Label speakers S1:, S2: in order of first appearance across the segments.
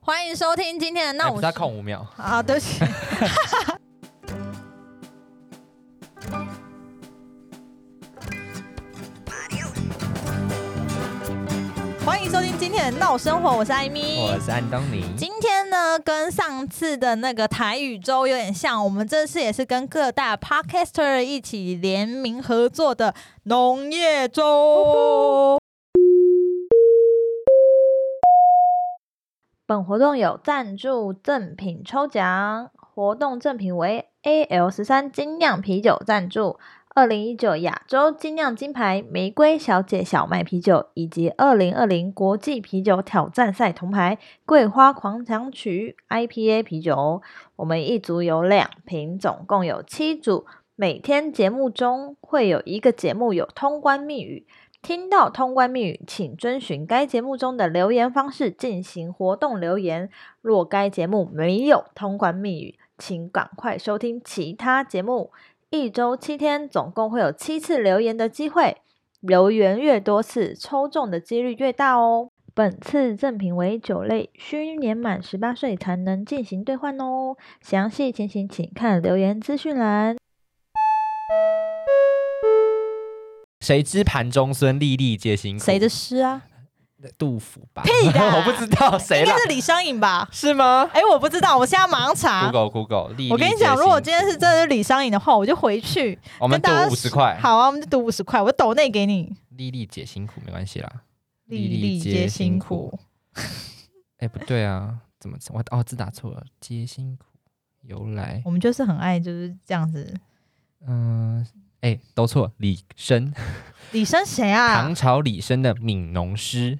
S1: 欢迎收听今天的那
S2: 哎
S1: 我
S2: 不
S1: 是
S2: 是他空五秒，
S1: 啊，对不起。 欢迎收听今天的闹生活，我是艾米，
S2: 我哦是安东尼。
S1: 今天呢，跟上次的那个台语周有点像，我们这次也是跟各大 podcaster 一起联名合作的农业周。本活动有赞助赠品抽奖，活动赠品为 AL 十三精酿啤酒赞助。二零一九亚洲精酿金牌玫瑰小姐小麦啤酒，以及二零二零国际啤酒挑战赛铜牌，桂花狂想曲 IPA 啤酒，我们一组有两瓶，总共有七组。每天节目中会有一个节目有通关密语，听到通关密语，请遵循该节目中的留言方式进行活动留言。若该节目没有通关密语，请赶快收听其他节目。一周七天，总共会有七次留言的机会，留言越多次，抽中的几率越大哦。本次赠品为酒类，需年满十八岁才能进行兑换哦。详细情形请看留言资讯栏。
S2: 谁知盘中孙，粒粒皆辛苦。
S1: 谁的诗啊？
S2: 杜甫吧？
S1: 屁啦
S2: 我不知道谁
S1: 应
S2: 啦
S1: 该，是李商隐吧？
S2: 是吗
S1: 哎、我不知道，我现在马上查。
S2: ？Google Google，粒粒
S1: 啊我跟你
S2: 皆
S1: 讲，
S2: 辛
S1: 如果
S2: 苦
S1: 今天是真的是李商隐的话，我就回去
S2: 我
S1: 跟
S2: 们赌
S1: 大家
S2: 五十块，
S1: 好啊，我们就赌五十块，我抖内给你。
S2: 粒粒皆辛苦，没关系啦。
S1: 粒粒
S2: 粒
S1: 皆辛
S2: 皆辛
S1: 苦
S2: 苦。 哎，不对啊，怎么我哦字打错了，皆辛苦由来，
S1: 我们就是很爱就是这样子。
S2: 嗯，哎都错，李绅，
S1: 李生谁啊
S2: 唐？朝李绅的悯农诗，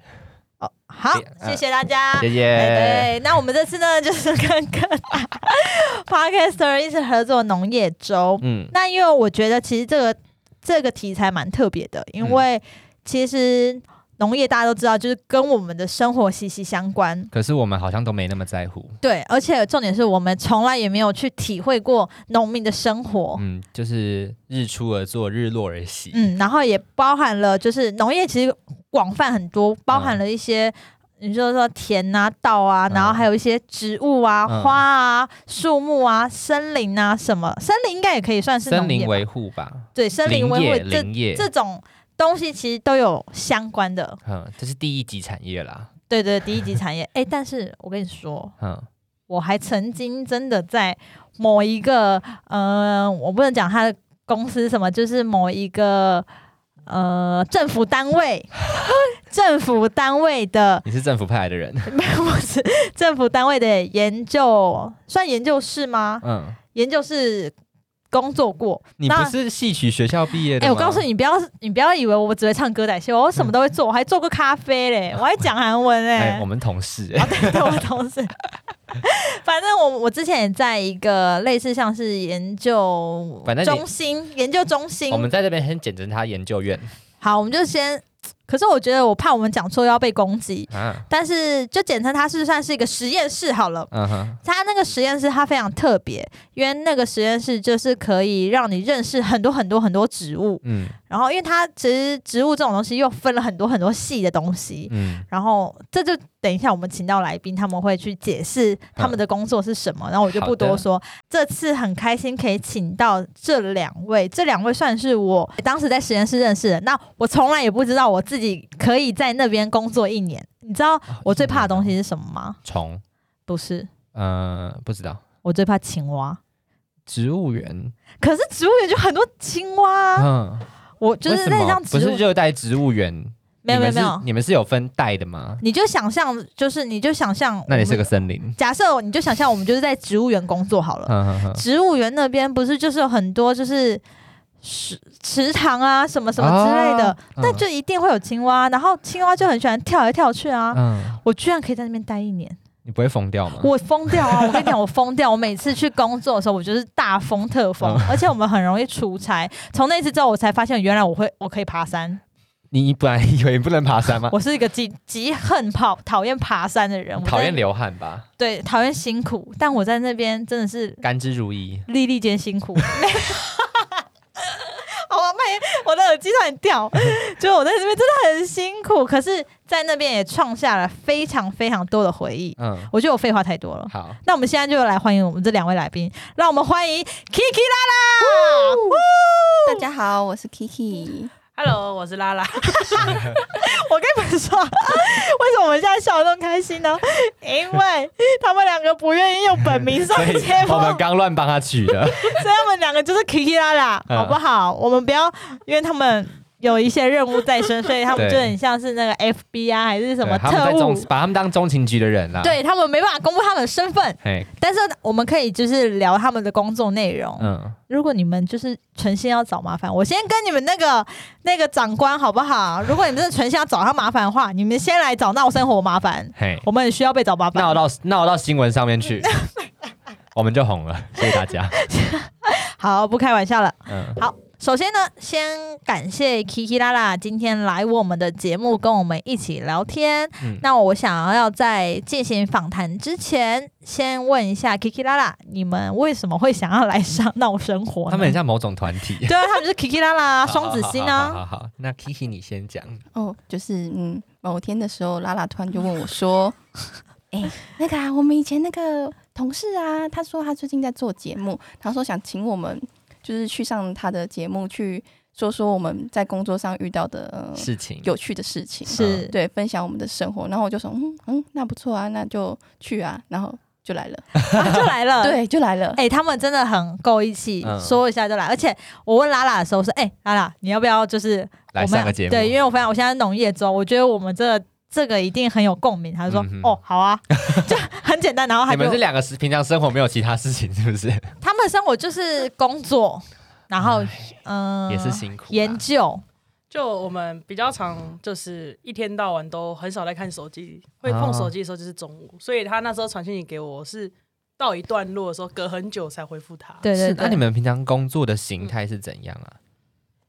S1: 哦，好，谢谢大家。
S2: 谢谢。
S1: 啊对，那我们这次呢，就是跟各大 podcaster 一起合作农业周。
S2: 嗯，
S1: 那因为我觉得其实这个这个题材蛮特别的，因为其实农业大家都知道，就是跟我们的生活息息相关。
S2: 可是我们好像都没那么在乎。
S1: 对，而且重点是我们从来也没有去体会过农民的生活。
S2: 嗯，就是日出而作，日落而息。
S1: 嗯，然后也包含了就是农业其实广泛很多，包含了一些。你就说田啊、稻啊，
S2: 嗯
S1: 然后还有一些植物啊、
S2: 嗯
S1: 花啊、树木啊、森林啊什么，森林应该也可以算是
S2: 森
S1: 农业
S2: 林
S1: 吧
S2: 维护吧，
S1: 对森林
S2: 林
S1: 维
S2: 业
S1: 护这
S2: 林业，
S1: 这种东西其实都有相关的。
S2: 嗯，这是第一级产业啦，
S1: 对对，第一级产业。哎，但是我跟你说，
S2: 嗯，
S1: 我还曾经真的在某一个呃，我不能讲他的公司什么，就是某一个呃政府单位， 政府单位的
S2: 你是政府派来的人，
S1: 不是政府单位的研究，算研究室吗？
S2: 嗯，
S1: 研究室工作过。
S2: 你
S1: 那
S2: 不是戏曲学校毕业的
S1: 哎、
S2: 吗？
S1: 我告诉，你，不要你不要以为我只会唱歌仔戏，我什么都会做，我还做过咖啡嘞，我还讲韩文嘞。
S2: 哎，我们同事，
S1: 啊，对，对我同事。反正我我之前也在一个类似像是研究
S2: 反正你
S1: 中心，研究中心
S2: 我。们在这边先简称他研究院
S1: 好，我们就先。可是我觉得我怕我们讲错要被攻击，
S2: 啊，
S1: 但是就简称它是算是一个实验室好了。
S2: 嗯哼，
S1: 它那个实验室它非常特别，因为那个实验室就是可以让你认识很多很多很多植物，
S2: 嗯
S1: 然后因为它其实植物这种东西又分了很多很多细的东西，
S2: 嗯，
S1: 然后这就等一下我们请到来宾，他们会去解释他们的工作是什么，
S2: 嗯
S1: 然后我就不多说。这次很开心可以请到这两位，这两位算是我当时在实验室认识的。那我从来也不知道我自己可以在那边工作一年。你知道我最怕的东西是什么吗？
S2: 虫，
S1: 不是，
S2: 呃，不知道，
S1: 我最怕青蛙。
S2: 植物园，
S1: 可是植物园就很多青蛙啊、
S2: 嗯，
S1: 我就
S2: 为
S1: 是
S2: 什
S1: 那
S2: 么
S1: 张
S2: 不
S1: 植
S2: 是
S1: 物，
S2: 热带植物园，
S1: 没有没有
S2: 你们
S1: 没
S2: 是
S1: 有，
S2: 你们是有分带的吗？
S1: 你就想象，就是你就想象，
S2: 那里是个。森林，
S1: 假设你就想象我们就是在植物园工作好了，
S2: 嗯哼哼。
S1: 植物园那边不是就是有很多就是池池塘啊什么什么之类的，
S2: 啊嗯
S1: 那就一定会有青蛙，然后青蛙就很喜欢跳来跳去啊。
S2: 嗯，
S1: 我居然可以在那边待一年，
S2: 你不会疯掉吗？
S1: 我疯掉 啊！我跟你讲，我疯掉。我每次去工作的时候，我就是大疯特疯，
S2: 嗯
S1: 而且我们很容易出差。从那次之后，我才发现原来我会我可以爬
S2: 嗯
S1: 山。
S2: 你 你本来以为你不能爬山吗？
S1: 我是一个极极恨跑讨厌爬山的人，我真的
S2: 讨厌流 汗吧，
S1: 对讨厌辛苦，但我在那边真的是
S2: 甘之如饴。
S1: 粒粒皆辛 苦。好啊，麦，我的耳机差点掉。就我在这边真的很辛苦，可是在那边也创下了非常非常多的回忆。
S2: 嗯，
S1: 我觉得我废话太多了。
S2: 好，
S1: 那我们现在就来欢迎我们这两位来宾，让我们欢迎 Kiki
S3: 大家好，我是 Kiki。
S4: Hello，我是拉拉。
S1: 啦啦。我跟你们说，为 什么我们现在笑得那么开心呢？因为他们两个不愿意用本名上
S2: 所以
S1: 节目，
S2: 我们刚乱帮他取的，
S1: 所以他们两个就是 Kiki 啦啦，
S2: 嗯
S1: 好不好？我们不要，因为他们有一些任务在身，所以他们
S2: 对
S1: 就很像是那个 FB 啊，还是 什
S2: 对
S1: 么
S2: 他们在啊
S1: 特
S2: 中
S1: 务，
S2: 把他们当中情局的人啦。，
S1: 对他们没办法公布他们的身份，
S2: 嘿，
S1: 但是我们可以就是聊他们的工作内容。
S2: 嗯，
S1: 如果你们就是存心要找麻烦，我先跟你们那个那个长官好不好？如果你们真的存心要找他麻烦的话，你们先来找闹生活麻烦，
S2: 嘿，
S1: 我们很需要被找麻烦。
S2: 闹到闹到新闻上 面去，我们就红了，谢谢大家。
S1: 好，不开玩笑了。
S2: 嗯，
S1: 首先呢，先感谢 Kiki 拉拉今天来我们的节目跟我们一起聊天。
S2: 嗯
S1: 那我想要在进行访谈之前，先问一下 Kiki 拉拉，你们为什么会想要来上闹生活呢？
S2: 他们很像某种团 体。
S1: 对啊，他们就是 Kiki 拉拉、双子星
S2: 好
S1: 啊。
S2: 好好好好，那 Kiki 你先讲。
S3: 哦，就是嗯，某天的时候，拉拉突然就问我 说：“哎、那个啊，我们以前那个同事啊，他说他最近在做节目，他说想请我们就是去上他的节目，去说说我们在工作上遇到的、呃
S2: 事情
S3: 有趣的事情，
S1: 是，
S3: 对，分享我们的生活。”然后我就说：“嗯嗯，那不错啊，那就去啊。”然后就来了，
S1: 啊就来了。
S3: 对，就来了。
S1: 哎、他们真的很够义气，
S2: 嗯
S1: 说一下就来。而且我问拉拉的时候说：“哎、拉拉，你要不要就是我
S2: 来
S1: 们
S2: 上个节目，
S1: 对，因为我发现我现在是农业州，我觉得我们这这个一定很有共鸣。”他就说：“
S2: 嗯哼
S1: 哦，好啊， 就很简单。”然后他
S2: 你
S1: 就
S2: 们是两个是平常生活没有其他事情，是不是？
S1: 他们生活就是工作，然后嗯、
S2: 哎也是辛苦啦。
S1: 研究，
S4: 就我们比较常就是一天到晚都很少在看手机，会
S2: 啊
S4: 碰手机的时候就是中午，所以他那时候传讯息给我是到一段落的时候，隔很久才回复他。
S1: 对对
S2: 是那
S1: 对，
S2: 你们平常工作的形态是怎样啊？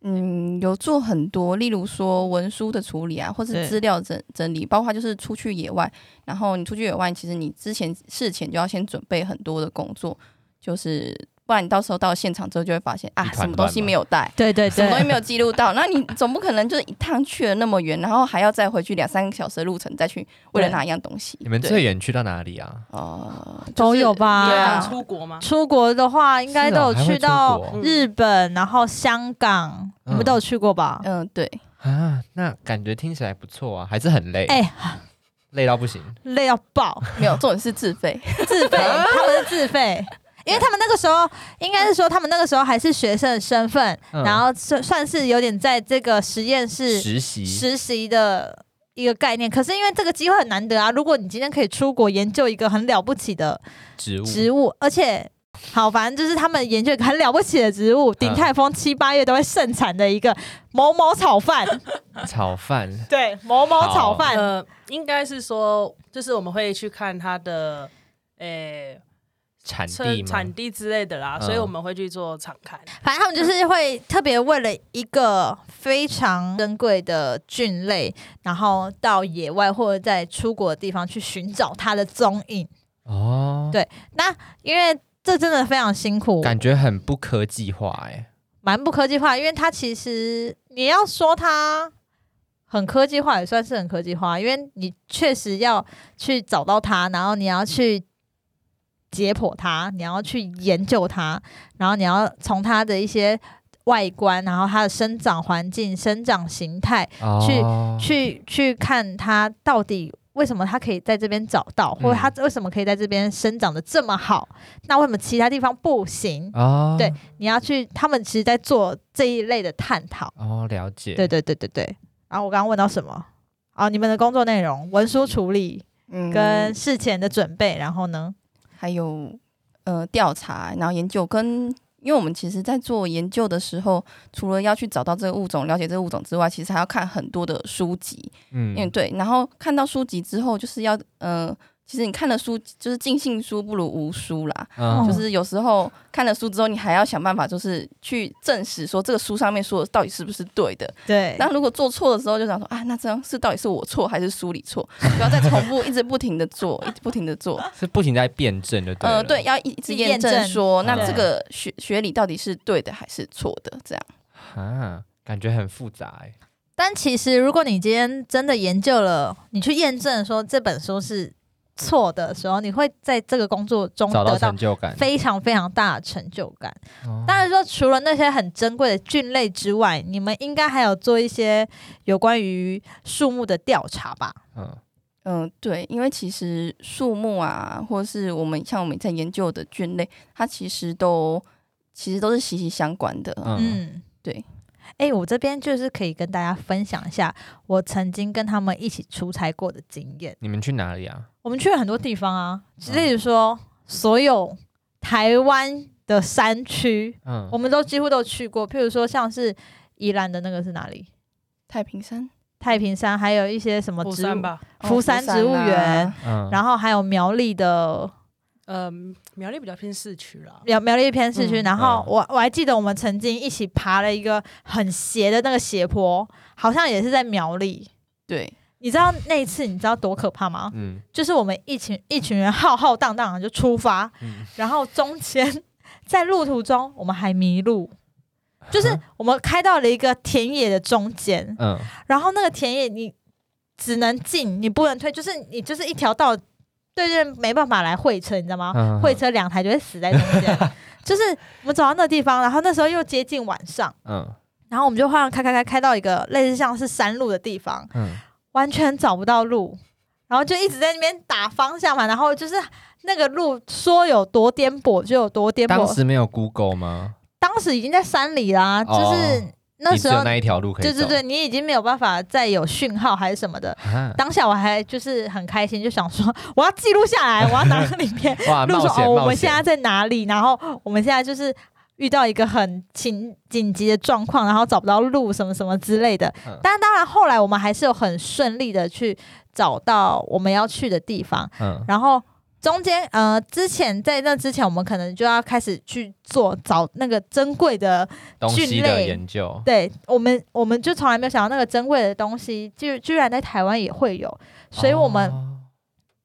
S3: 嗯，有做很多，例如说文书的处理啊，或
S1: 对
S3: 是资料整整理，包括就是出去野外，然后你出去野外，其实你之前事前就要先准备很多的工作，就是不然你到时候到现场之后就会发现啊
S2: 一，团
S3: 什么东西
S2: 乱麻
S3: 没有带。
S1: 对对
S3: 什么东西
S1: 对，
S3: 没有记录到？那你总不可能就是一趟去了那么远，然后还要再回去两三个小时的路程，再去为了
S1: 对
S3: 拿一样东西。
S2: 你们
S3: 对
S2: 最远去到哪里啊？
S3: 哦，就是
S1: 都有吧
S4: 你
S3: 对
S4: 有
S3: 啊，
S4: 出国吗？
S1: 出国的话应该
S2: 是
S1: 都
S2: 哦
S1: 有
S2: 还会
S1: 去
S2: 出
S1: 到
S2: 国
S1: 日本，然后香港，你们
S2: 嗯
S1: 都有去过吧？
S3: 嗯，对，
S2: 啊，那感觉听起来不错啊，还是很累，
S1: 哎、
S2: 累到不行。
S1: 累到爆，
S3: 没有，重点是自费。
S1: 自费，
S2: 啊
S1: 他们是自费。因为他们那个时候，应该是说他们那个时候还是学生的身份，
S2: 嗯
S1: 然后算算是有点在这个实验室
S2: 实习，
S1: 实习的一个概念。可是因为这个机会很难得啊，如果你今天可以出国研究一个很了不起的
S2: 植物，
S1: 植物，而且好，反正就是他们研究一个很了不起的植物，鼎泰丰七八月都会盛产的一个某某炒饭，
S2: 炒饭，
S1: 对，某某炒饭，
S4: 呃，应该是说，就是我们会去看他的，诶、
S2: 产地
S4: 车
S2: 吗？
S4: 产地之类的啦，
S2: 嗯
S4: 所以我们会去做场看。
S1: 反正他们就是会特别为了一个非常珍贵的菌类，然后到野外或者在出国的地方去寻找它的踪影。
S2: 哦，
S1: 对因为这真的非常辛苦，
S2: 感觉很不科技化哎。
S1: 蛮不科技化。因为它其实嗯你要说它很科技化，也算是很科技化，因为你确实要去找到它，然后你要去解剖它，你要去研究它，然后你要从它的一些外观，然后它的生长环境、生长形态，
S2: 哦，
S1: 去去看它到底为什么它可以在这边找到，或者它为什么可以在这边生长的这么好，那为什么其他地方不行？
S2: 哦，
S1: 对，你要去，他们其实在做这一类的探讨。
S2: 哦，了解。
S1: 对对对对对。然后我刚刚问到什么？啊，你们的工作内容，文书处理
S3: 嗯，
S1: 跟事前的准备，然后呢？
S3: 还有呃调查，然后研究跟。因为我们其实，在做研究的时候，除了要去找到这个物种、了解这个物种之外，其实还要看很多的书籍。
S2: 嗯
S3: 嗯，对。然后看到书籍之后，就是要呃，其实你看了书，就是尽信书不如无书啦。
S2: 嗯
S3: 就
S1: 哦
S3: 是有时候看了书之后，你还要想办法，就是去证实说这个书上面说的到底是不是对的。
S1: 对
S3: 那如果做错的时候，就想说啊，那这样是到底是我错还是书里错？不要再重复，一直不停的做，一直不停的做。
S2: 是不停在辩证的，
S3: 呃，
S2: 了
S3: 对，，要一直
S1: 去
S3: 验
S1: 验证
S3: 证说，那
S2: 对啊
S3: 这个学学理到底是对的还是错的？这样，
S2: 啊，感觉很复杂哎。
S1: 但其实如果你今天真的研究了，你去验证说这本书是错的时候，你会在这个工作中
S2: 找到
S1: 得到
S2: 成就感。
S1: 非常非常大的成就感。
S2: 哦
S1: 当然说，除了那些很珍贵的菌类之外，你们应该还有做一些有关于树木的调查吧？
S2: 嗯，
S3: 嗯、对，因为其实树木啊，或是我们像我们在研究的菌类，它其实都其实都是息息相关的。嗯
S2: 嗯
S1: 嗯，
S3: 对。
S1: 哎、我这边就是可以跟大家分享一下我曾经跟他们一起出差过的经验。
S2: 你们去哪里啊？
S1: 我们去了很多地方啊，例如说所有台湾的山区，
S2: 嗯
S1: 我，们都几乎都去过。譬如说像是宜兰的那个是哪里？
S3: 太平山、哦
S1: 太平山，还有一些什么
S4: 釜
S1: 哦植物
S4: 山，吧，
S1: 福山植物园
S3: 啊
S2: 嗯，
S1: 然
S2: 后
S1: 后还有苗栗的
S4: 嗯，苗栗比较偏市区啦。
S1: 苗苗栗偏市区，
S3: 嗯
S1: 然后
S2: 嗯
S1: 我我还记得我们曾经一起爬了一个很斜的那个斜坡，好像也是在苗栗。
S3: 对，
S1: 你知道那一次你知道多可怕吗？
S2: 嗯
S1: 就是我们一群一群人浩浩荡荡地就出发，
S2: 嗯，
S1: 然后中间在路途中我们还迷路，就是我们开到了一个田野的中间，
S2: 嗯
S1: 然后那个田野你只能进，你不能退，就是你就是一条道，对对，没办法来会车，你知道吗？
S2: 嗯
S1: 会车两台就会死在中间。就是我们走到那个地方，然后那时候又接近晚上，
S2: 嗯
S1: 然后我们就忽然开开开开到一个类似像是山路的地方，
S2: 嗯
S1: 完全找不到路，然后就一直在那边打方向嘛，然后就是那个路说有多颠簸就有多颠簸。
S2: 当时没有 Google 吗？
S1: 当时已经在山里啦，就
S2: 哦
S1: 是那
S2: 你
S1: 时
S2: 只有
S1: 候，
S2: 那一条路可以
S1: 对对
S2: 走。
S1: 对，你已经没有办法再有讯号还是什么的。
S2: 啊
S1: 当下我还就是很开心，就想说我要记录下来，我要拿到里面。
S2: 哇，
S1: 录
S2: 冒
S1: 说
S2: 险
S1: 哦，我
S2: 冒
S1: 们现在
S2: 险！
S1: 在哪里？然后我们现在就是遇到一个很紧紧急的状况，然后找不到路，什么什么之类的。
S2: 嗯
S1: 但当然，后来我们还是有很顺利的去找到我们要去的地方。
S2: 嗯
S1: 然后中间呃，之前在那之前，我们可能就要开始去做找那个珍贵的，
S2: 东西的
S1: 类
S2: 研究，
S1: 对我们我们就从来没有想到那个珍贵的东西，居居然在台湾也会有，所以我们
S2: 哦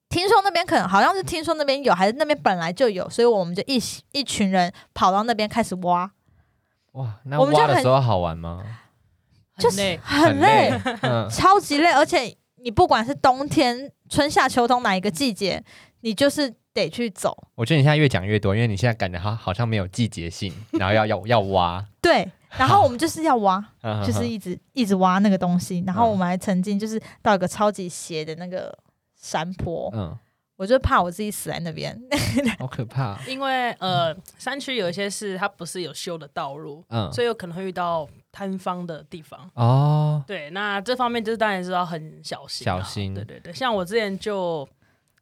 S1: 听说那边可能好像是听说那边有，还是那边本来就有，所以我们就一起一群人跑到那边开始挖，
S2: 哇，那
S1: 我们就
S2: 挖的
S1: 很
S2: 时候好玩吗？
S1: 就是
S4: 很累
S1: 很
S2: 累
S1: 累，，
S2: 嗯，
S1: 超级累，而且你不管是冬天、春夏秋冬哪一个季节，你就是得去走。
S2: 我觉得你现在越讲越多，因为你现在感觉好好像没有季节性，然后要要要挖，
S1: 对，然后我们就是要挖，
S2: 嗯
S1: 就是一直一直挖那个东西，然后我们还曾经就是到一个超级斜的那个山坡，
S2: 嗯，
S1: 我就怕我自己死在那 边。
S2: 好 可怕，
S4: 因为呃，山区有一些是它不是有修的道路，
S2: 嗯，
S4: 所以有可能会遇到塌方的地方。
S2: 哦，
S4: 对，那这方面就是当然是要很小心啊、
S2: 小心
S4: 对对对，像我之前就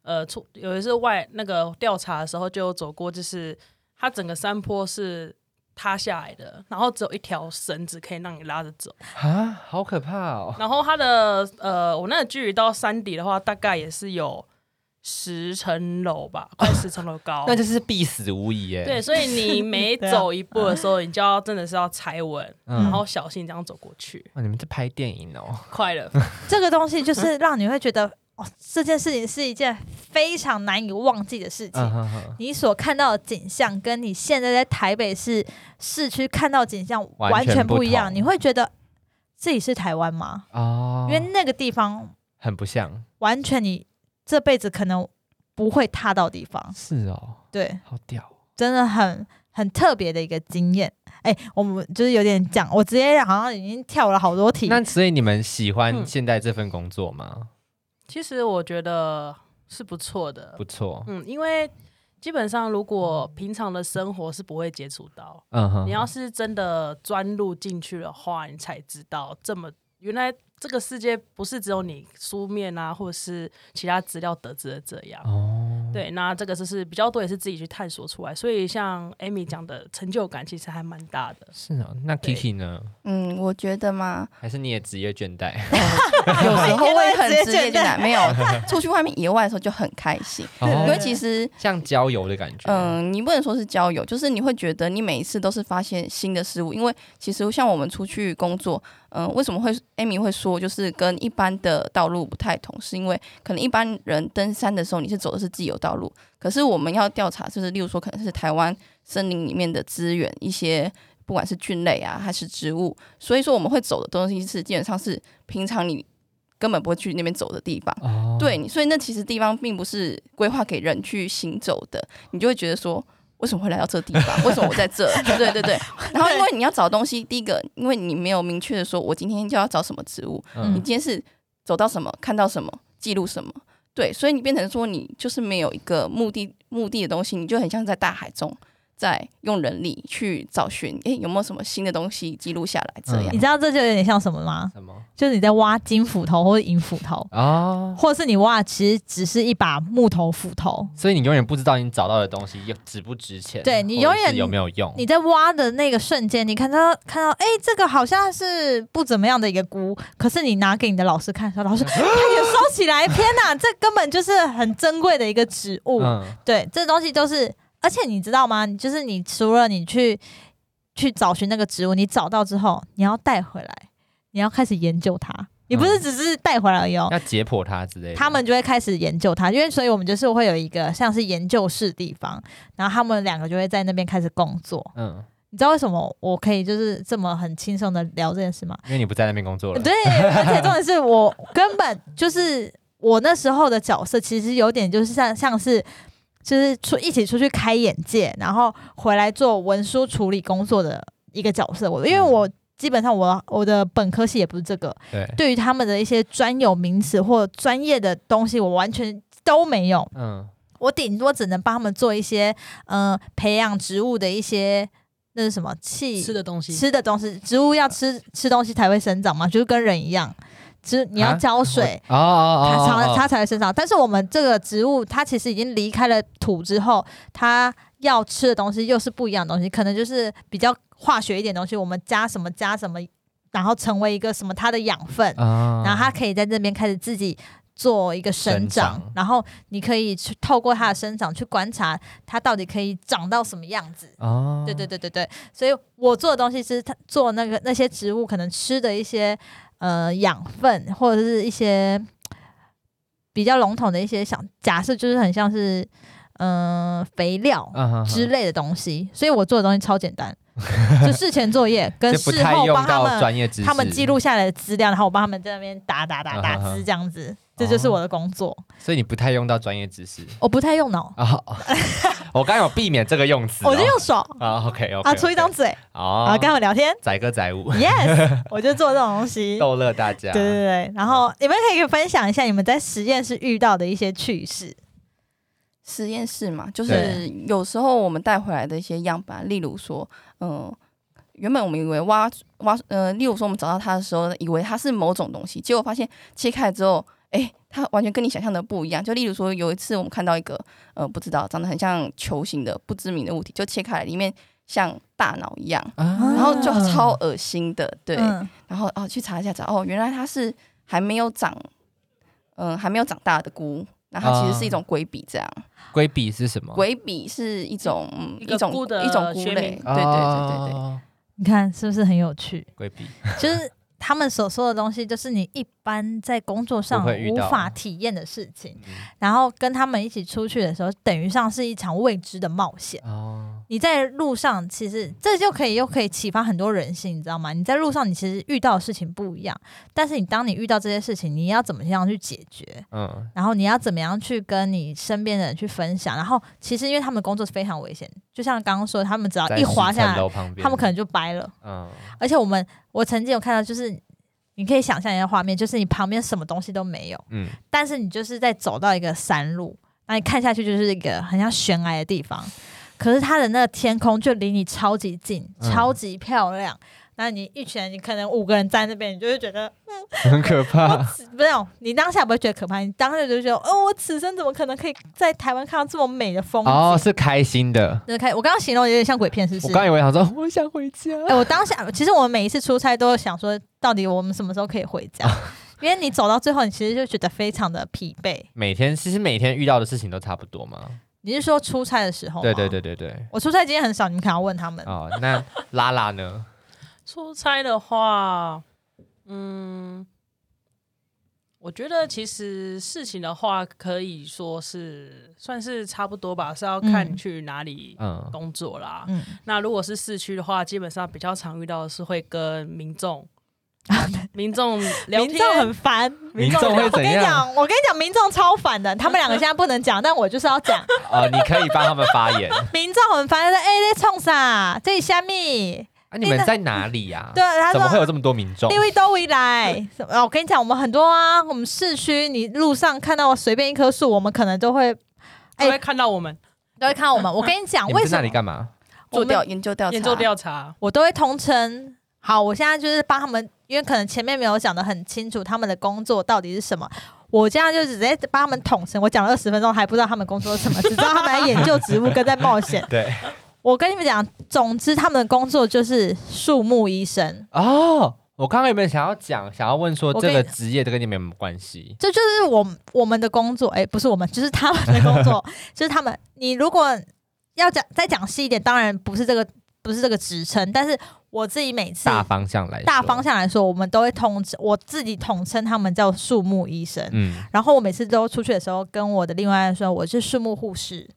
S4: 呃出有一次外那个调查的时候就有走过，就是它整个山坡是塌下来的，然后只有一条绳子可以让你拉着走，
S2: 啊，好可怕哦，。
S4: 然后它的呃我那个距离到山底的话，大概也是有十层楼吧，快十层楼 高
S2: 那就是必死无疑耶，
S4: 对，，所以你每
S1: 对啊
S4: 走一步的时候，你就要真的是要踩稳，
S2: 嗯
S4: 然后小心这样走过去，
S2: 哇，你们在拍电影哦，
S4: 快了。
S1: 这个东西就是让你会觉得，哦，这件事情是一件非常难以忘记的事情。
S2: 嗯哼哼，
S1: 你所看到的景象，跟你现在在台北市市区看到的景象
S2: 完
S1: 完
S2: 全
S1: 全
S2: 不
S1: 不一样，
S2: 同
S1: 你会觉得自己是台湾吗？
S2: 哦，
S1: 因为那个地方
S2: 很不像，
S1: 完全你这辈子可能不会踏到地方，
S2: 是哦，
S1: 对，
S2: 好屌哦，
S1: 真的很很特别的一个经验。哎，我们就是有点讲，我直接好像已经跳了好多题。
S2: 那所以你们喜欢
S4: 嗯
S2: 现在这份工作吗？
S4: 其实我觉得是不错的
S1: 呃
S2: 不，错，
S4: 嗯，因为基本上如果平常的生活是不会接触到，
S2: 嗯哼，
S4: 你要是真的钻入进去的话，你才知道这么原来这个世界不是只有你书面啊，或者是其他资料得知的这样。
S2: 哦，
S4: 对，那这个就是比较多也是自己去探索出来，所以像 Amy 讲的成就感其实还蛮大的。
S2: 是哦，那
S4: 对
S2: Kiki 呢？
S3: 嗯，我觉 得嘛，
S2: 还是你也职业 倦怠？
S3: 有时候会很
S1: 直接
S3: 直接
S1: 倦
S3: 就
S1: 怠
S3: 来， 没有出去外面野外的时候就很开心，因为
S2: 哦，
S3: 其实
S2: 像郊游的感觉，
S3: 嗯，你不能说是交友，就是你会觉得你每一次都是发现新的事物，因为其实像我们出去工作，嗯，为什么会 Amy 会说就是跟一般的道路不太同，是因为可能一般人登山的时候你是走的是自由道路，可是我们要调查就是例如说可能是台湾森林里面的资源一些。不管是菌类啊还是植物，所以说我们会走的东西是基本上是平常你根本不会去那边走的地方。
S2: 哦，
S3: 对，你所以那其实地方并不是规划给人去行走的，你就会觉得说，为什么会来到这地方？为什么我在这？ 对对对。然后因为你要找东西，第一个，因为你没有明确的说，我今天就要找什么植物，你
S2: 嗯
S3: 今天是走到什么，看到什么，记录什么。对，所以你变成说，你就是没有一个目的目的的东西，你就很像在大海中，在用人力去找寻，诶，有没有什么新的东西记录下来？这样
S1: 你，知道这就有点像什么吗？
S2: 什么？
S1: 就是你在挖金斧头或者银斧头，
S2: 哦，
S1: 或者是你挖的其实只是一把木头斧头。
S2: 所以你永远不知道你找到的东西有值不值钱，
S1: 对你
S2: 或者
S1: 永远
S2: 是有没有用？
S1: 你在挖的那个瞬间，你看到看到，哎、这个好像是不怎么样的一个菇，可是你拿给你的老师看，说 老师快点收起来！天哪，这根本就是很珍贵的一个植物。
S2: 嗯，
S1: 对，这东西都是，而且你知道吗？你就是你除了你去去找寻那个植物，你找到之后，你要带回来，你要开始研究它。你不是只是带回来而已哦，
S2: 嗯要解剖它之类的。
S1: 他们就会开始研究它，因为所以我们就是会有一个像是研究室地方，然后他们两个就会在那边开始工作。
S2: 嗯，
S1: 你知道为什么我可以就是这么很轻松的聊这件事吗？
S2: 因为你不在那边工作了，
S1: 对，而且重点是我根本就是我那时候的角色，其实有点就是像像是就是出一起出去开眼界，然后回来做文书处理工作的一个角色。我因为
S4: 嗯
S1: 我基本上我我的本科系也不是这个，
S2: 对，
S1: 对于他们的一些专有名词或专业的东西，我完全都没有。
S2: 嗯，
S1: 我顶多只能帮他们做一些呃培养植物的一些那是什么气
S4: 吃的东西，
S1: 吃的东西，植物
S2: 啊
S1: 要吃吃东西才会生长嘛，就是跟人一样，植你要
S2: 啊
S1: 浇水。
S2: 哦哦
S1: 它
S2: 哦哦
S1: 才
S2: 哦，
S1: 它才会生长，但是我们这个植物，它其实已经离开了土之后，它要吃的东西又是不一样的东西，可能就是比较化学一点的东西，我们加什么加什么，然后成为一个什么它的养分，
S2: 啊
S1: 然后它可以在这边开始自己做一个生
S2: 生
S1: 长，
S2: 长
S1: 然后你可以去透过它的生长去观察它到底可以长到什么样子。
S2: 哦，
S1: 对对对对对，所以我做的东西是它做那个那些植物可能吃的一些呃养分或者是一些比较笼统的一些想假设，就是很像是嗯、呃肥料
S2: 嗯，嗯
S1: 之类的东西，所以我做的东西超简 单，就事前作业跟
S2: 就不
S1: 事
S2: 太
S1: 后
S2: 用
S1: 帮他
S2: 到
S1: 们
S2: 专业知识，
S1: 他们记录，下来的资料，然后我帮他们在那边打打打打
S2: 嗯哼
S1: 字
S2: 哼
S1: 这样子，这
S2: 哦
S1: 就是我的工作，
S2: 所以你不太用到专业知识
S1: 我不太用脑，
S2: 啊。哦 我刚刚有避免这个用词哦，
S1: 我就用手
S2: 啊，OK OK，
S1: 啊出一张嘴
S2: 啊
S1: 啊跟他们聊天
S2: 载歌载舞，
S1: ，yes，我就做这种东西，
S2: 逗乐大家。
S1: 对对对，然后你们可以分享一下你们在实验室遇到的一些趣事。
S3: 实验室嘛，就是
S2: 对
S3: 有时候我们带回来的一些样板，例如说，嗯、原本我们以为挖挖，呃，例如说我们找到它的时候，以为它是某种东西，结果发现切开之后，哎、它完全跟你想象的不一样。就例如说，有一次我们看到一个，呃，不知道长得很像球形的不知名的物体，就切开来，里面像大脑一样，
S2: 啊
S3: 然后就超恶心的，对。
S1: 嗯
S3: 然后哦去查一下查，哦，原来它是还没有长，嗯、还没有长大的菇。那它其实是一种龟笔，这样。
S2: 规避是什么？
S3: 鬼笔是一种嗯
S4: 一个
S3: 种
S4: 菇的
S3: 一种菇
S4: 学
S3: 类，对对
S4: 名
S3: 对对对，
S2: 哦，
S1: 你看是不是很有趣？
S2: 规避
S1: 就是他们所说的东西，就是你一般在工作上
S2: 不会遇
S1: 无
S2: 到
S1: 法体验的事情，
S2: 嗯
S1: 然后跟他们一起出去的时候，等于上是一场未知的冒险。
S2: 哦，
S1: 你在路上，其实这就可以又可以启发很多人性，你知道吗？你在路上，你其实遇到的事情不一样，但是你当你遇到这些事情，你要怎么样去解决？
S2: 嗯，
S1: 然后你要怎么样去跟你身边的人去分享？然后其实因为他们工作是非常危险，就像刚刚说，他们只要
S2: 在
S1: 啊一滑
S2: 十层
S1: 下来，
S2: 楼旁边，
S1: 他们可能就掰了。
S2: 嗯
S1: 而且我们我曾经有看到，就是你可以想象一下画面，就是你旁边什么东西都没有，
S2: 嗯
S1: 但是你就是在走到一个山路，那你看下去就是一个很像悬崖的地方，可是它的那个天空就离你超级近，
S2: 嗯
S1: 超级漂亮。那你一群人，你可能五个人在那边，你就会觉得
S2: 很可 怕。
S1: 没有，你当下不会觉得可怕，你当下就觉得，哦，我此生怎么可能可以在台湾看到这么美的风景？
S2: 哦，是开心的。
S1: 就是开，我刚刚形容有点像鬼片，是不
S2: 我
S1: 是？
S2: 刚以为想说，我想回家。
S1: 哎、我当下其实我们每一次出差都有想说，到底我们什么时候可以回 家？因为你走到最后，你其实就觉得非常的疲惫。
S2: 每天其实每天遇到的事情都差不多嘛。
S1: 你是说出差的时候？
S2: 对对，对对对。
S1: 我出差经验很少，你们可能要问他们。
S2: 哦，那拉拉呢？
S4: 出差的话，嗯，我觉得其实事情的话，可以说是算是差不多吧，是要看你
S1: 嗯
S4: 去哪里
S2: 嗯，
S4: 工作啦。
S1: 嗯，
S4: 那如果是市区的话，基本上比较常遇到的是会跟民 众、民众聊
S1: 民
S4: 天，
S1: 众很烦，
S2: 民众会
S1: 我
S2: 怎
S1: 跟你
S2: 样？
S1: 讲，我跟你讲，民众超烦的。他们两个现在不能 讲，但我就是要讲。
S2: 哦，你可以帮他们发 言
S1: 民众很烦，说：“哎、在冲啥？这里虾米？
S2: 啊！你们在哪里呀？
S1: 对，，他
S2: 怎么会
S1: 说
S2: 有这么多民众
S1: 地？位都未来。 什么我跟你讲，我们很多啊，我们市区你路上看到随便一棵树，我们可能都会
S4: 他
S1: 哎
S4: 会看到我们
S1: 都会看 到我们。我跟你讲，
S2: 你们
S1: 为
S2: 在那
S1: 什
S2: 里
S1: 么
S2: 干嘛？
S1: 我
S3: 做
S1: 们
S3: 调研究调查，
S4: 研究调查。
S1: 我都会通称。好，我现在就是帮他们，因为可能前面没有讲的很清楚，他们的工作到底是什么。我这样就直接帮他们统称，我讲了二十分钟还不知道他们工作是什么，只 知道他们在研究植物跟在冒险。
S2: 对，
S1: 我跟你们讲，总之他们的工作就是树木医生，
S2: 哦，我刚刚有没有想要讲，想要问说
S1: 我
S2: 这
S1: 跟
S2: 个职业这跟你们有没有关系？
S1: 这就是我我们的工作。哎、不是我们， 就是他们的工作， 就是他们。你如果要讲再讲细一点，当然不是这个不是这个职称，但是我自己每次
S2: 大方向来，
S1: 大方，向来说，我们都会统称我自己统称他们叫树木医生。
S2: 嗯，
S1: 然后我每次都出去的时候，跟我的另外一半说我是树木护士，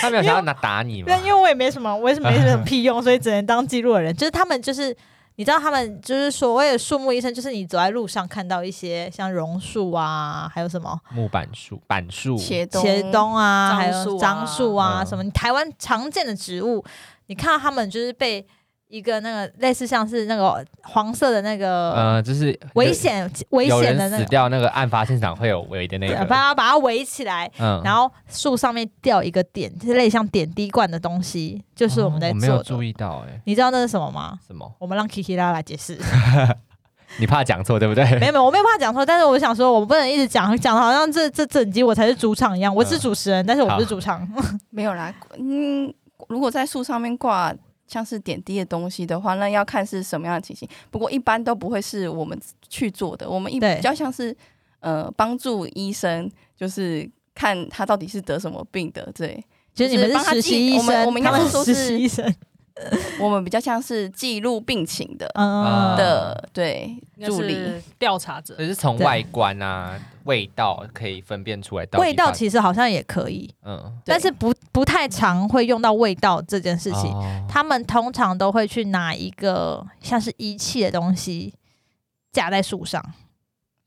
S2: 他没有想要拿打你吗
S1: 但？因为我也没什么，我也是没什么屁 用，所以只能当记录的人。就是他们，就是你知道，他们就是所谓的树木医生，就是你走在路上看到一些像榕树啊，还有什么
S2: 木板树、板树，
S3: 茄冬，
S1: 茄冬啊，还
S4: 樟
S1: 有
S4: 树啊
S1: 樟树啊，
S2: 嗯
S1: 什么你台湾常见的植物，你看到他们就是被一个那个类似像是那个黄色的那个。
S2: 呃，就是
S1: 危险危
S2: 有
S1: 险的
S2: 人
S1: 那
S2: 死
S1: 个，
S2: 掉那个案发现场会有围的那
S1: 对，
S2: 个，
S1: 把它把它围起来，
S2: 嗯
S1: 然后树上面吊一个点，就是类似像点滴罐的东西，就是我们在
S2: 哦没
S1: 做
S2: 有
S1: 的。
S2: 注意到哎，
S1: 你知道那是什么吗？
S2: 什么？
S1: 我们让 Kiki 拉来解释。
S2: 你怕讲错对不对？
S1: 没有没有，我没有办法讲错，但是我想说，我不能一直讲讲，好像这这整集我才是主场一样。我
S2: 嗯
S1: 只是主持人，但是我不是主场。
S3: 没有啦，嗯，如果在树上面挂像是点滴的东西的话，那要看是什么样的情形。不过一般都不会是我们去做的，我们一
S1: 对
S3: 比较像是呃帮助医生，就是看他到底是得什么病的。对，
S1: 就是你们
S3: 就是帮他
S1: 实习
S3: 记
S1: 医
S3: 我们
S1: 生，
S3: 我们应
S1: 他
S3: 该
S1: 们
S3: 是说
S1: 实
S3: 是
S1: 习医 生。
S3: 我们比较像是记录病情
S1: 嗯，
S2: 啊
S3: 的的，对，
S4: 应该
S3: 助理。
S4: 是调查者
S2: 就，是从
S1: 对
S2: 外观啊、味道可以分辨出来到底
S1: 味道
S2: 放
S1: 其实好像也可以，
S2: 嗯
S1: 但是不不太常会用到味道这件事情。
S2: 哦
S1: 他们通常都会去拿一个像是仪器的东西架在树上，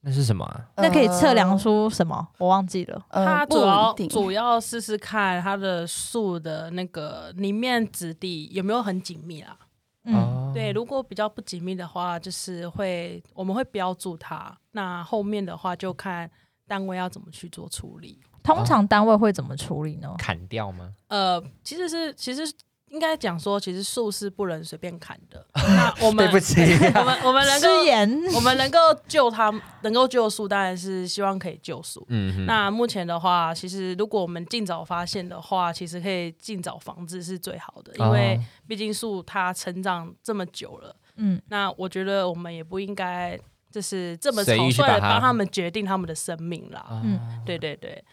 S2: 那是什么啊？
S1: 那可以测量出什么？我忘记了。
S3: 呃，
S4: 他
S3: 呃、
S4: 主要
S3: 不一定
S4: 主要试试看它的树的那个里面质地有没有很紧密啦。
S1: 嗯，
S2: 哦
S4: 对，如果比较不紧密的话，就是会我们会标注它。那后面的话就看单位要怎么去做处理。
S1: 通常单位会怎么处理呢？
S2: 砍掉吗？
S4: 呃，其实是其实应该讲说，其实树是不能随便砍 的。那我们
S2: 对不起，
S4: 我们我们能够
S1: 失言，
S4: 我们能够救它，能够救树，当然是希望可以救树。
S2: 嗯哼，
S4: 那目前的话，其实如果我们尽早发现的话，其实可以尽早防治是最好的，因为
S2: 哦
S4: 毕竟树它成长这么久了。
S1: 嗯，
S4: 那我觉得我们也不应该就是这么
S2: 随
S4: 草
S2: 意去
S4: 率的
S2: 把它
S4: 帮他们决定他们的生命啦。
S2: 哦
S1: 嗯
S4: 对对对，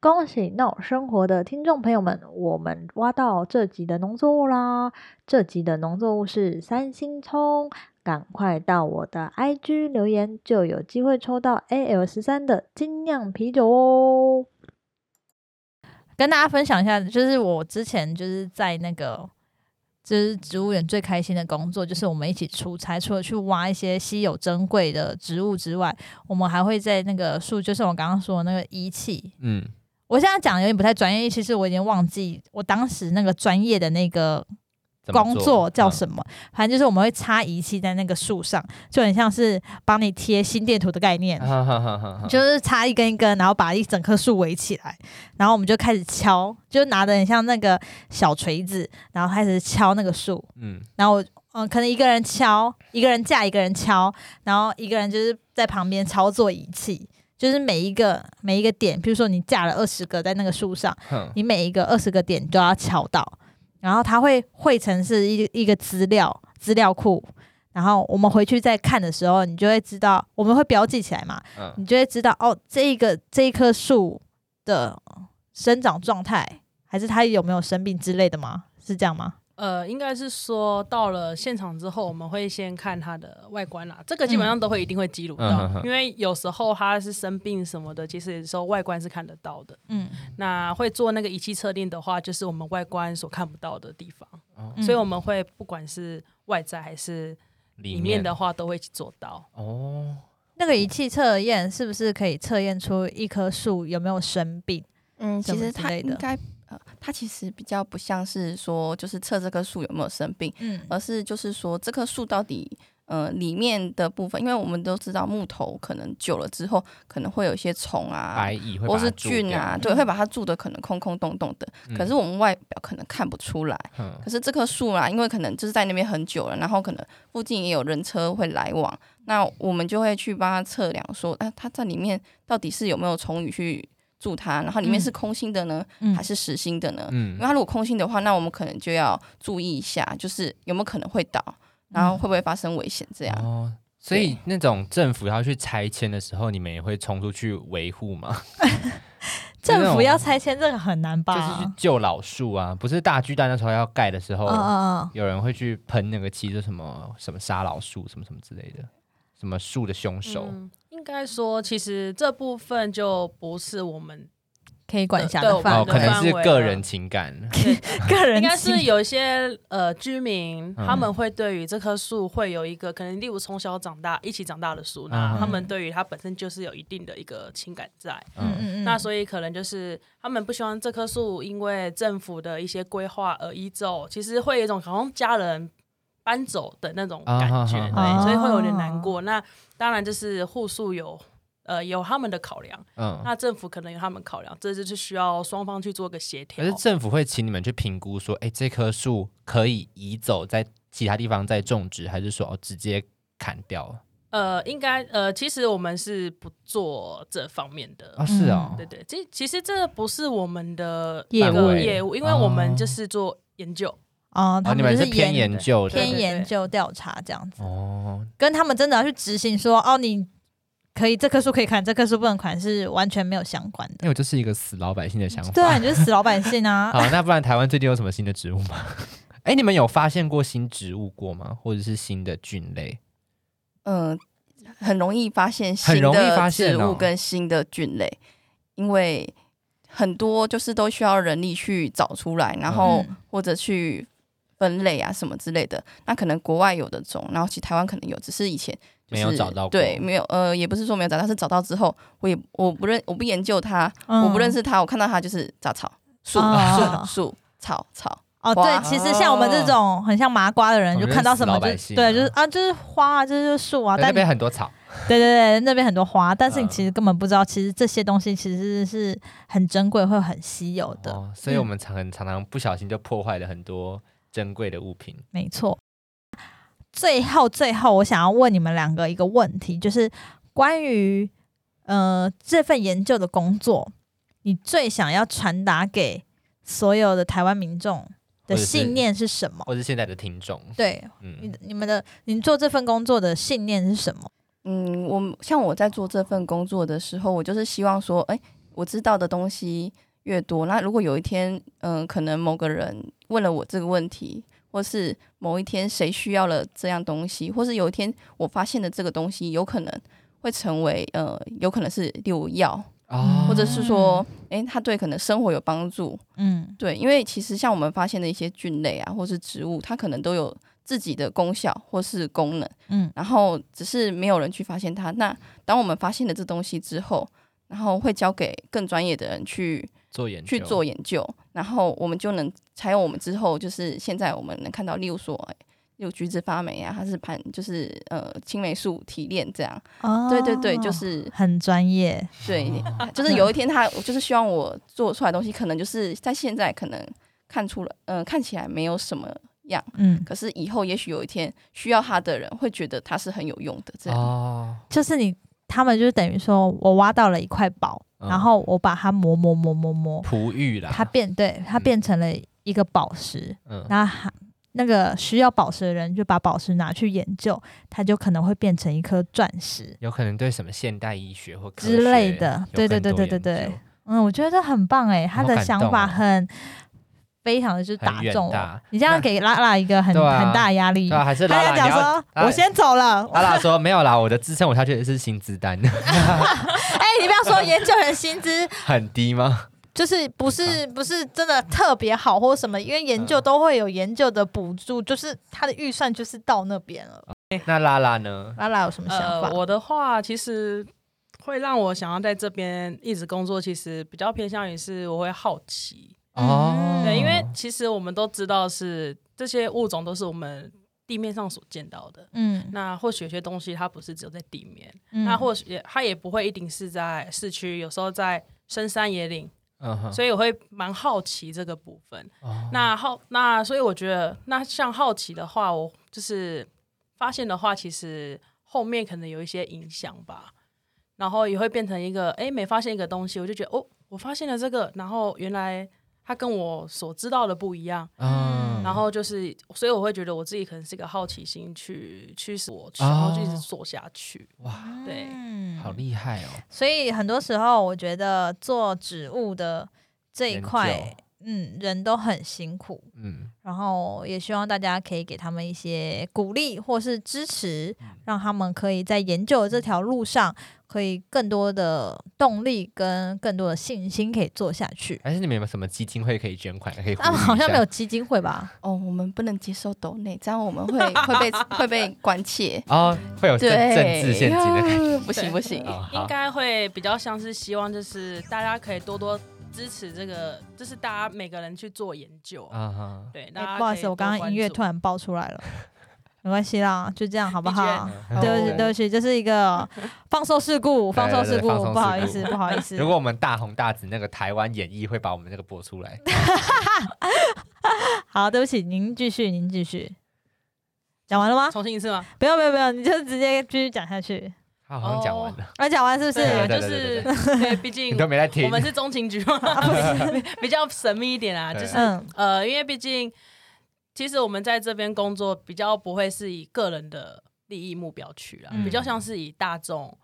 S1: 恭喜 No 生活的听众朋友们，我们挖到这集的农作物啦！这集的农作物是三星葱，赶快到我的 IG 留言，就有机会抽到 AL 十三的精酿啤酒哦。跟大家分享一下，就是我之前就是在那个。就是植物园最开心的工作，就是我们一起出差，除了去挖一些稀有珍贵的植物之外，我们还会在那个树，就是我刚刚说的那个仪器，
S2: 嗯，
S1: 我现在讲有点不太专业，因为其实我已经忘记我当时那个专业的那个
S2: 怎么
S1: 工作叫
S2: 嗯
S1: 什么。反正就是我们会插仪器在那个树上，就很像是帮你贴心电图的概念，
S2: 嗯哈哈哈哈哈
S1: 就是插一根一根，然后把一整棵树围起来，然后我们就开始敲，就拿的很像那个小锤子，然后开始敲那个树，
S2: 嗯，
S1: 然后我嗯、可能一个人敲，一个人架，一个人敲，然后一个人就是在旁边操作仪器。就是每一个每一个点，比如说你架了二十个在那个树上，
S2: 哼
S1: 你每一个二十个点都要敲到，然后它会汇成是一一个资料资料库，然后我们回去再看的时候，你就会知道，我们会标记起来嘛，
S2: 嗯
S1: 你就会知道哦，这一个这一棵树的生长状态，还是它有没有生病之类的吗？是这样吗？
S4: 呃，应该是说到了现场之后，我们会先看它的外观啦，这个基本上都会一定会记录到，
S2: 嗯哼哼
S4: 因为有时候它是生病什么的，其实有时候外观是看得到的。
S1: 嗯，
S4: 那会做那个仪器测定的话，就是我们外观所看不到的地方，
S2: 哦
S1: 嗯
S4: 所以我们会不管是外在还是里面的话，都会一起做到。
S2: 哦，
S1: 那个仪器测验是不是可以测验出一棵树有没有生病？
S3: 嗯，
S1: 什
S3: 其
S1: 么
S3: 实
S1: 之
S3: 它
S1: 类
S3: 应
S1: 的
S3: 该呃，它其实比较不像是说就是测这棵树有没有生病，
S1: 嗯
S3: 而是就是说这棵树到底呃里面的部分，因为我们都知道木头可能久了之后可能会有一些虫啊
S2: 白。蚁会
S3: 或
S2: 把它
S3: 是
S2: 蛀
S3: 菌啊，
S2: 掉，
S3: 对，会把它住的可能空空洞洞的，
S2: 嗯
S3: 可是我们外表可能看不出来。
S2: 哼
S3: 可是这棵树啊，因为可能就是在那边很久了，然后可能附近也有人车会来往，那我们就会去帮他测量说，啊，它在里面到底是有没有虫蚁去住它，然后里面
S1: 嗯
S3: 是空心的呢，
S1: 嗯
S3: 还是实心的呢？因为
S2: 嗯
S3: 它如果空心的话，那我们可能就要注意一下，就是有没有可能会倒，然后会不会发生危险这样。
S2: 嗯哦。所以那种政府要去拆迁的时候，你们也会冲出去维护吗？
S1: 政府要
S2: 那种
S1: 拆迁这个很难吧？
S2: 就是去救老树啊，不是大巨蛋那时候要盖的时候，
S1: 嗯嗯
S2: 有人会去喷那个漆，就什么什么杀老树，什么什么之类的，什么树的凶手。
S4: 嗯应该说，其实这部分就不是我们
S1: 嗯，可以管辖
S4: 对
S1: 的
S4: 我
S1: 范
S2: 哦，
S1: 围，
S2: 可能是
S4: 范围
S2: 个
S4: 啊
S2: 人情感，
S1: 个人
S4: 应该
S1: 性
S4: 是有一些呃居民，
S2: 嗯
S4: 他们会对于这棵树会有一个可能，例如从小长大一起长大的树，
S2: 嗯
S4: 那
S2: 嗯
S4: 他们对于它本身就是有一定的一个情感在。
S1: 嗯
S2: 嗯，
S1: 嗯嗯，
S4: 那所以可能就是他们不希望这棵树因为政府的一些规划而移走，其实会有一种好像家人搬走的那种感觉，
S2: 啊哈
S1: 哈
S4: 对，所以会有点难过。那当然就是户数有呃有他们的考量，
S2: 嗯，
S4: 那政府可能有他们考量，这就是需要双方去做个协
S2: 可
S4: 调
S2: 是。政府会请你们去评估说，哎，这棵树可以移走，在其他地方再种植，还是说哦直接砍掉？
S4: 呃，应该呃，其实我们是不做这方面的。
S2: 啊，是
S1: 嗯
S2: 哦，
S4: 对对，这其实这不是我们的
S1: 业
S4: 那个
S2: 务
S4: 业务，因为我们
S2: 哦
S4: 就是做研究，
S1: 哦，
S2: 哦，
S1: 他
S2: 你们
S1: 就是
S2: 偏
S1: 研
S2: 研究的，
S4: 对
S1: 偏
S4: 对
S1: 研究调查这样子，
S2: 哦，
S1: 跟他们真的要去执行说哦，你可以这棵树可以砍，这棵树不能砍，是完全没有相关的。
S2: 因为我就是一个死老百姓的想法。
S1: 对啊，你就是死老百姓啊！
S2: 好，那不然台湾最近有什么新的植物吗？ 哎，你们有发现过新植物过吗？或者是新的菌类？
S3: 嗯、很容易发现
S2: 很
S3: 新
S2: 容易发
S3: 的
S2: 现
S3: 植
S2: 哦
S3: 物跟新的菌类，因为很多就是都需要人力去找出来，然
S2: 哦
S3: 后
S1: 嗯
S3: 或者去分类啊什么之类的。那可能国外有的种，然后其实台湾可能有，只是以前、就是、
S2: 没有找到过
S3: 对，没有呃，也不是说没有找到，是找到之后，我也我不认我不研究它，
S1: 嗯
S3: 我不认识它，我看到它就是杂草树
S1: 哦
S3: 树树草草，
S1: 哦，
S3: 花
S1: 对，其实像我们这种很像麻瓜的人，
S2: 哦
S1: 就看到什么
S2: 我们
S1: 就
S2: 就是死老
S1: 对，
S2: 百姓啊
S1: 就是啊，就是花啊，这就是树啊。
S2: 但那
S1: 但你
S2: 边很多草，
S1: 对对对，那边很多花，但是你
S2: 嗯
S1: 其实根本不知道，其实这些东西其实是很珍贵，会很稀有的。嗯
S2: 哦，所以我们常很常常不小心就破坏了很多珍贵的物品。
S1: 没错。最后，最后，我想要问你们两个一个问题，就是关于呃这份研究的工作，你最想要传达给所有的台湾民众的
S2: 或者是
S1: 信念是什么？
S2: 或是现在的听众，
S1: 对，你
S2: 嗯，
S1: 的你们的你做这份工作的信念是什么？
S3: 嗯，我像我在做这份工作的时候，我就是希望说，哎、我知道的东西越多，那如果有一天，嗯、可能某个人问了我这个问题，或是某一天谁需要了这样东西，或是有一天我发现的这个东西，有可能会成为呃，有可能是六药，
S2: 哦，
S3: 或者是说，哎、它对可能生活有帮助，
S1: 嗯
S3: 对，因为其实像我们发现的一些菌类啊，或是植物，它可能都有自己的功效或是功能。
S1: 嗯
S3: 然后只是没有人去发现它。那当我们发现了这东西之后，然后会交给更专业的人去
S2: 做研究
S3: 去做研究，然后我们就能才有我们之后就是现在我们能看到，例如说，哎有橘子发霉啊，它是盘就是呃青霉素提炼这样，
S1: 哦
S3: 对对对，就是
S1: 很专业，
S3: 对，啊就是有一天他就是希望我做出来的东西，可能就是在现在可能看出了，嗯、看起来没有什么样，
S1: 嗯，
S3: 可是以后也许有一天需要它的人会觉得它是很有用的这样。
S2: 哦，
S1: 就是你他们就是等于说我挖到了一块宝，
S2: 嗯
S1: 然后我把它磨磨磨磨磨，
S2: 璞玉啦，
S1: 它变对它
S2: 嗯
S1: 变成了一个宝石，
S2: 嗯
S1: 那还那个需要宝石的人就把宝石拿去研究，它就可能会变成一颗钻石。
S2: 有可能对什么现代医学或科
S1: 之
S2: 学
S1: 类的
S2: 有
S1: 对对
S2: 更
S1: 对对
S2: 多
S1: 对
S2: 研
S1: 欸对嗯，我觉得这很棒哎、他的想法
S2: 好感动哦
S1: 很非常的就是打
S2: 很远
S1: 中我
S2: 大。
S1: 你这样给拉拉一个很、
S2: 对啊
S1: 很大的压力。
S2: 对啊，还 是
S1: 他
S2: 拉
S1: 要
S2: 拉
S1: 讲
S2: 你要
S1: 说，我先走了。
S2: 拉拉说没有啦，我的支撑我下去的是薪资单，
S1: 哎、你不要说研究员薪资
S2: 很低吗？
S1: 就是不是不是真的特别好或什么，因为研究
S2: 嗯
S1: 都会有研究的补助，就是他的预算就是到那边了。
S2: 那拉拉呢？
S1: 拉拉有什么想法？
S4: 呃，我的话其实会让我想要在这边一直工作，其实比较偏向于是我会好奇，
S1: 嗯
S2: 哦，
S4: 对，因为其实我们都知道是这些物种都是我们地面上所见到的。
S1: 嗯，
S4: 那或许有些东西它不是只有在地面，
S1: 嗯
S4: 那或许也它也不会一定是在市区，有时候在深山野岭，
S2: 嗯哼，
S4: 所以我会蛮好奇这个部分。
S2: 哦
S4: 那好，那所以我觉得，那像好奇的话，我就是发现的话，其实后面可能有一些影响吧，然后也会变成一个，哎，每发现一个东西，我就觉得，哦，我发现了这个，然后原来它跟我所知道的不一样，
S2: 嗯
S4: 然后就是，所以我会觉得我自己可能是一个好奇心去驱使我，然后就一直做下去。
S2: 啊哇，
S4: 对
S1: 嗯
S2: 好厉害哦，
S1: 所以很多时候，我觉得做植物的这一
S2: 研
S1: 块
S2: 究，
S1: 嗯，人都很辛苦，
S2: 嗯，
S1: 然后也希望大家可以给他们一些鼓励或是支持，
S2: 嗯
S1: 让他们可以在研究的这条路上，可以更多的动力跟更多的信心可以做下去。
S2: 还是你们有没有什么基金会可以捐款？可以
S1: 他
S2: 鼓
S1: 们
S2: 励一
S1: 好像
S2: 下
S1: 没有基金会 吧？
S3: 哦，我们不能接受抖内，这样我们会会被会被关切。
S2: 哦，会 有政
S3: 对，
S2: 政治陷阱的 感觉。
S3: 呀不行不行。
S2: 哦好
S4: 应该会比较像是希望，就是大家可以多多支持这个，就是大家每个人去做研究。
S2: 啊哈，
S4: 对，大
S1: 哎
S4: 家、
S1: 不好意思，我刚刚音乐突
S4: 然
S1: 然爆出来了，没关系啦，就这样好不好？
S2: 啊
S3: 哦
S1: 对不起，对不起，这是一个放送事故，放送事故，
S2: 放送事故
S1: 不好意思，不好意思。
S2: 如果我们大红大紫，那个台湾演艺会把我们那个播出来。
S1: 好，对不起，您继续，您继续。讲完了吗？
S4: 重新一次吗？
S1: 不用，不用，不用，你就直接继续讲下去。
S2: 他好像讲完了，
S1: 啊，讲完是不
S4: 对啊，
S1: 是？
S4: 就是 对，毕
S2: 你
S4: 竟
S2: 都没在听
S4: 我。们是中情局嘛， 比较神秘一点啊，
S2: 对
S4: 就是
S1: 嗯
S4: 呃，因为毕竟其实我们在这边工作比较不会是以个人的利益目标去啦，
S1: 嗯
S4: 比较像是以大众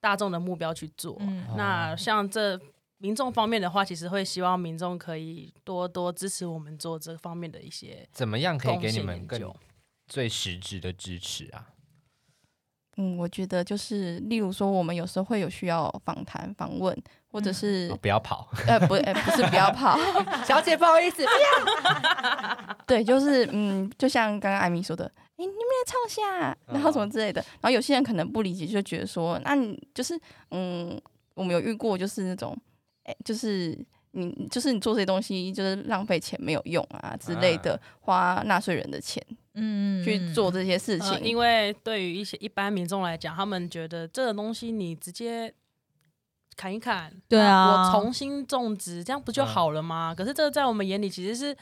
S4: 大众的目标去做。
S2: 哦
S1: 嗯
S4: 那像这民众方面的话，其实会希望民众可以多多支持我们做这方面的一些
S2: 怎么样可以
S4: 贡
S2: 给你
S4: 献
S2: 们
S4: 研
S2: 更
S4: 究。
S2: 最实质的支持啊？
S3: 嗯，我觉得就是，例如说，我们有时候会有需要访谈、访问，或者是
S2: 哦不要跑，
S3: 呃，不，呃，不是不要跑，
S2: 小姐不好意思。
S3: 对，就是嗯，就像刚刚艾米说的，哎、你们来唱下，然后什么之类的。然后有些人可能不理解，就觉得说，那你就是嗯，我们有遇过，就是那种，哎、就是你就是你做这些东西，就是浪费钱没有用啊之类的，花纳税人的钱
S1: 嗯
S3: 去做这些事情。
S4: 呃，因为对于一些一般民众来讲，他们觉得这个东西你直接砍一砍，
S1: 对啊
S4: 那我重新种植，这样不就
S2: 嗯
S4: 好了吗？可是这个在我们眼里其实是，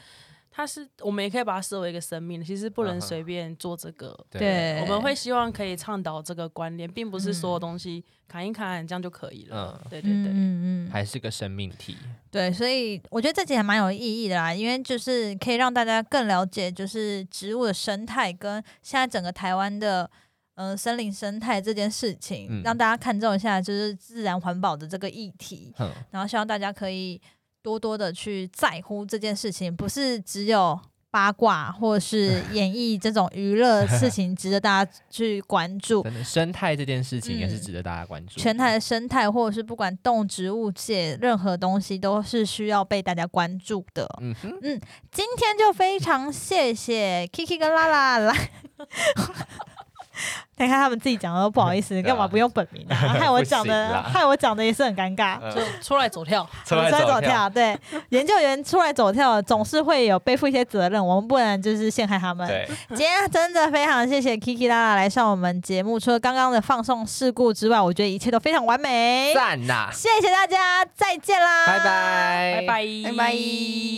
S4: 它是我们也可以把它视为一个生命，其实不能
S2: 嗯哼
S4: 随便做这个。
S2: 对，
S1: 对，
S4: 我们会希望可以倡导这个观念，并不是所有东西砍一砍这样就可以了。
S2: 嗯
S4: 对对对，
S1: 嗯嗯嗯，
S2: 还是个生命体。
S1: 对，所以我觉得这集还蛮有意义的啦，因为就是可以让大家更了解，就是植物的生态跟现在整个台湾的。嗯、森林生态这件事情，
S2: 嗯
S1: 让大家看重一下，就是自然环保的这个议题。
S2: 哼，
S1: 然后希望大家可以多多的去在乎这件事情，不是只有八卦或 是演艺这种娱乐事情值得大家去关注。
S2: 真的，生态这件事情也是
S1: 嗯
S2: 值得大家关注。
S1: 全台的生态或者是不管动植物界任何东西都是需要被大家关注的。
S2: 嗯哼，
S1: 今天就非常谢谢 Kiki 跟拉拉来。 你看他们自己讲的都不好意思，
S2: 对啊
S1: 干嘛不用本名 啊？害我讲
S2: 不行
S1: 的，
S2: 啦
S1: 害我讲的也是很尴尬。
S2: 呃
S4: 就出来走跳。
S2: 出
S1: 我们
S2: 来
S1: 出来走，
S2: 走
S1: 跳， 对，研究员出来走跳总是会有背负一些责任，我们不能就是陷害他们。
S2: 对，
S1: 今天真的非常谢谢 Kiki 拉拉来上我们节目，除了刚刚的放送事故之外，我觉得一切都非常完美。
S2: 赞呐，
S1: 谢谢大家，再见啦，
S2: 啊拜拜，
S4: 拜拜，
S3: 拜拜。